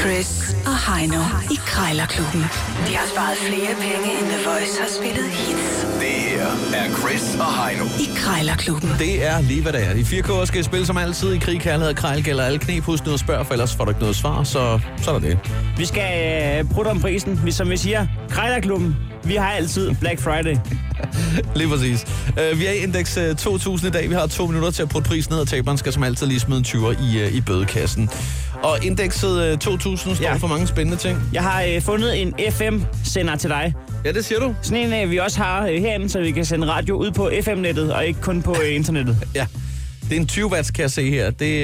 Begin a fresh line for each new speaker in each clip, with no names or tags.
Chris og Heino i Krejlerklubben. De har sparet flere penge, end The Voice har spillet hits
Det her er Chris og Heino.
i Krejlerklubben.
Det er lige hvad det er. De fire kår skal spille som altid i krig, kærlighed, krejl, gælder alle knep. Husk nu at spørge, for ellers får du ikke noget svar, så, så er der det.
Vi skal øh, prutte om prisen. Vi, som vi siger, Krejlerklubben, vi har altid Black Friday.
Lige præcis. Uh, vi er i indeks uh, 2000 i dag. Vi har to minutter til at putte prisen ned, og taberen skal som altid lige smide en 20'er i, uh, i bødekassen. Og indekset uh, 2000 står
Ja.
ja. for mange spændende ting.
Jeg har øh, fundet en FM-sender til dig.
Ja, det siger du.
Sådan en, øh, vi også har øh, herinde, så vi kan sende radio ud på FM-nettet, og ikke kun på øh, internettet.
Ja. Det er en 20 watts, kan jeg se her. Det, øh...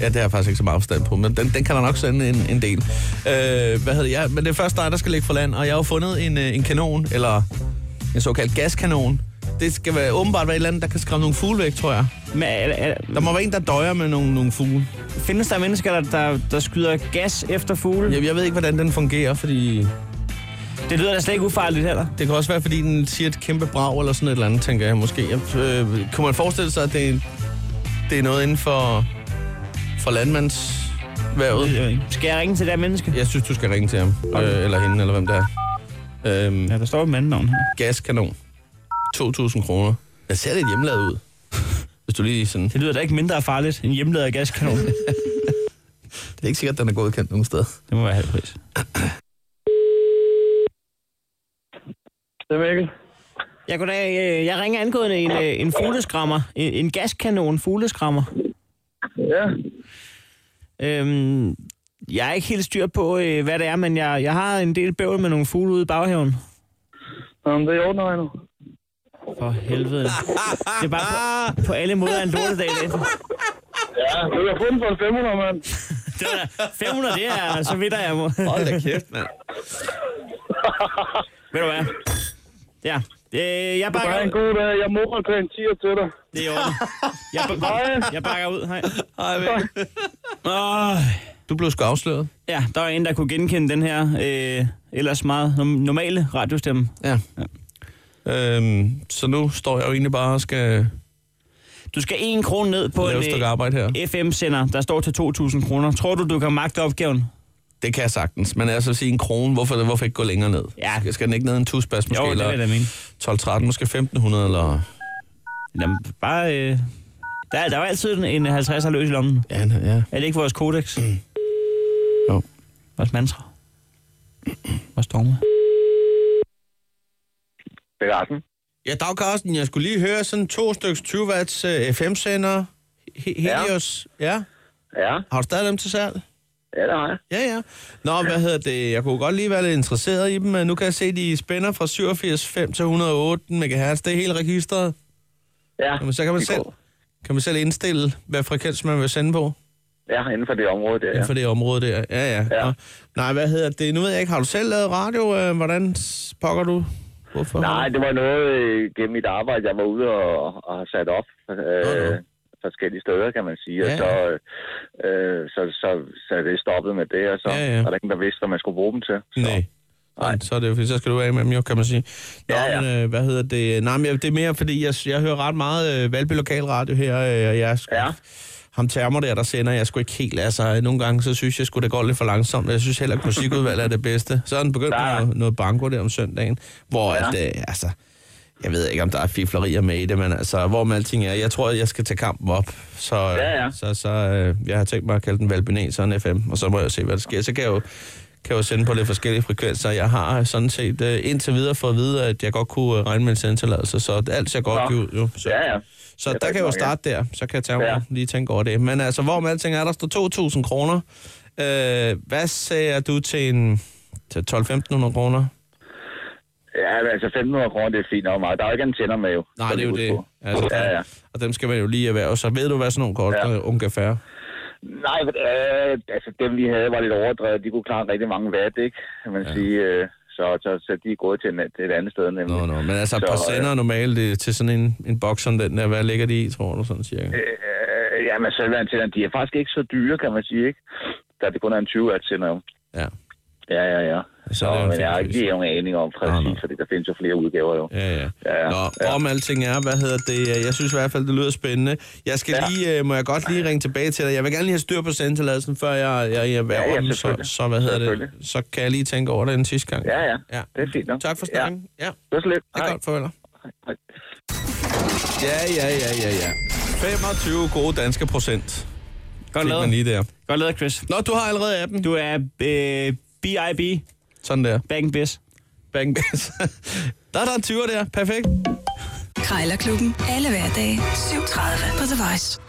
Ja, det har jeg faktisk ikke så meget afstand på, men den, den kan der nok sende en, en del. Øh, hvad hedder det? Ja, men det er først dig, der skal ligge for land, og jeg har jo fundet en, øh, en kanon, eller en såkaldt gaskanon. Det skal være, åbenbart være et eller andet, der kan skræmme nogle fugle væk, tror jeg.
Men, øh, øh,
Der må være en, der døjer med nogle, nogle fugle.
findes der mennesker, der, der, der skyder gas efter fugle?
Jeg, jeg ved ikke, hvordan den fungerer, fordi...
Det lyder da slet ikke ufarligt heller.
Det kan også være, fordi den siger et kæmpe brag eller sådan et eller andet, tænker jeg måske. Jeg, øh, kunne man forestille sig, at det, det er noget inden for, for landmandsværet?
Det ved jeg ikke. Skal jeg ringe til det her menneske?
Jeg synes, du skal ringe til ham. Okay. Øh, eller hende, eller hvem det er. Øhm,
Ja, der står et mandnavn her.
gaskanon. 2.000 kroner. Jeg ser lidt hjemmelavet ud. Hvis du lige sådan...
Det lyder da ikke mindre farligt end hjemmelavet gaskanon. det
Det er ikke sikkert, at den er godkendt nogen sted.
må være halv pris.
Det er Mikkel.
Ja, goddag. Øh, Jeg ringer angående en, øh, en fugleskrammer. En, en gaskanon fugleskrammer.
Ja,
Øhm, jeg er ikke helt styr på, øh, hvad det er, men jeg, jeg har en del bøvl med nogle fugle ude i baghaven.
Jamen, det er i orden, Heino.
For helvede. Det er bare på, på alle måder en lortedag. Det.
Ja, du har fundet for en 500, mand.
det var da 500, det er så vidt, jeg må.
Hold da kæft, mand.
Ved du hvad? Ja. Øh, jeg
Bare
bakker
en
ud.
god dag. Jeg må tage en 10'er til dig.
Det er i orden. Jeg, ba-
Hej.
jeg bakker ud. Hej.
Ej, men-
Oh,
du blev sgu afsløret.
ja, der var en, der kunne genkende den her øh, ellers meget nom- normale radiostemme.
Ja. Øhm, så nu står jeg jo egentlig bare og skal
Du skal en krone ned på
lave et
en øh,
stykke arbejde her.
FM-sender, der står til 2.000 kroner. Tror du, du kan magte opgaven?
Det kan jeg sagtens, men altså at sige en krone, hvorfor, hvorfor ikke gå længere ned?
Ja.
Skal, skal den ikke ned en tusbas måske?
Jo, det vil jeg da mene.
eller 12-13, måske 1500, eller...
Jamen, bare... Øh, der, er- der var altid en- en 50'er løs i lommen.
Ja, ja.
Er det ikke vores kodex?
Jo.
Vores mantra? Vores dogme?
Det er aften.
Ja, dag Carsten, jeg skulle lige høre sådan to styks 20 watts uh, FM-sender. He- Helios. Ja. ja.
Ja,
Har du stadig dem til salg?
ja det har jeg.
Ja, ja. Nå, hvad hedder det? Jeg kunne godt lige være lidt interesseret i dem, men nu kan jeg se, de spænder fra 87,5 til 108 MHz. Det er helt registret.
Ja,
Jamen, så kan man,
det er
selv,
godt.
kan man selv indstille, hvad frekvens man vil sende på
Ja, inden for det område der.
ja.
Ja.
inden for det område der. Ja, ja.
Ja.
Nå. Nej, hvad hedder det? Nu ved jeg ikke, har du selv lavet radio? Øh, Hvordan pokker du? Hvorfor?
Nej, det var noget øh, gennem mit arbejde, jeg var ude og, og har sat op. Øh,
nå.
forskellige steder, kan man sige. Og
Ja,
så, øh, så, så, så er det stoppet med det, og så
Ja,
ja,
ja.
ja. var der ingen, der vidste, hvad man skulle bruge dem til. Så.
Nej. Nej. Så er det jo, fordi så skal du af med dem, jo, kan man sige. Nå,
Ja, ja.
men øh, hvad hedder det? Nej, men jeg- det er mere, fordi jeg, jeg hører ret meget øh, Valby Lokalradio her, øh, og jeg er sgu,
Ja.
ham termer der, der sender, jeg er sgu ikke helt, altså nogle gange, så synes jeg sgu, det går lidt for langsomt, og jeg synes heller, at musikudvalget er det bedste. Så er den begyndt
Ja,
med
ja.
noget, noget banko der om søndagen, hvor ja.
Ja.
at, øh, altså, jeg ved ikke, om der er fiflerier med i det, men altså, hvor med alting er, jeg tror, jeg skal tage kampen op, så,
Ja, ja.
så, så øh, jeg har tænkt mig at kalde den Valbyneseren FM, og så må jeg se, hvad der sker. Så kan jeg jo, kan jeg jo sende på lidt forskellige frekvenser. Jeg har sådan set øh, indtil videre fået at vide, at jeg godt kunne øh, regne med en sendetilladelse, så alt ser godt
Nå.
ud. Jo. Så,
Ja, ja.
så
Det er
der kan jeg jo
rigtig nok,
starte der, så kan jeg tage
Ja.
ja. lige tænke over det. Men altså, hvor med alting er, der står 2.000 kroner. Øh, hvad siger du til en til 12-1500 kroner?
Ja, men altså 500 kroner, det er fint nok meget. Der er jo ikke en tænder med jo.
Nej,
Skal
det er
vi
jo
huske
det.
på.
Altså,
Ja, ja.
Og dem skal man jo lige erhverve. Så ved du, hvad sådan nogle kort
Ja.
ja. ungefær?
Nej, men, øh, altså dem vi havde var lidt overdrevet. De kunne klare rigtig mange watt, ikke? Kan man ja. sige. Øh, så, så, så de er gået til, en, til et andet sted nemlig.
Nå, nå. Men altså,
Så,
på
øh,
sender normalt øh, til sådan en, en boks som den der, hvad ligger de i, tror du, sådan cirka?
Øh, jamen, selvværende tænder, de er faktisk ikke så dyre, kan man sige, ikke? Da det kun er en 20 watt tænder. jo.
Ja.
Ja, ja, ja.
Så
Så
er det jo
Nå,
en
men jeg har
fin
ikke lige nogen aning om præcis,
Nå, nå.
fordi der findes jo flere udgaver jo.
Ja, ja.
Ja, ja.
Nå, ja. om alting er, hvad hedder det? øh, Jeg synes i hvert fald, det lyder spændende. Jeg skal ja.
Ja.
lige, øh, må jeg godt lige ringe tilbage til dig. Jeg vil gerne lige have styr på sendtilladelsen, før jeg, jeg, jeg er
Ja, ja,
ja, så,
selvfølgelig.
så, hvad hedder det?
Selvfølgelig.
Så kan jeg lige tænke over det en sidste gang.
Ja, ja. Det er fint nok.
Tak for
Ja.
snakken. Ja. ja.
Det var så lidt.
Det er
Hej.
godt, farvel.
Hej.
Ja, ja, ja, ja, ja. 25 gode danske procent.
Godt
Fik man
lavet.
lige der.
Godt lavet, Chris.
Nå, du har allerede appen.
Du er øh, B.I.B.
Sådan der.
Back in biz.
Bang, bang. der er der en 20'er der. Perfekt.
Krejlerklubben. Alle hverdage. 7.30 på The Voice.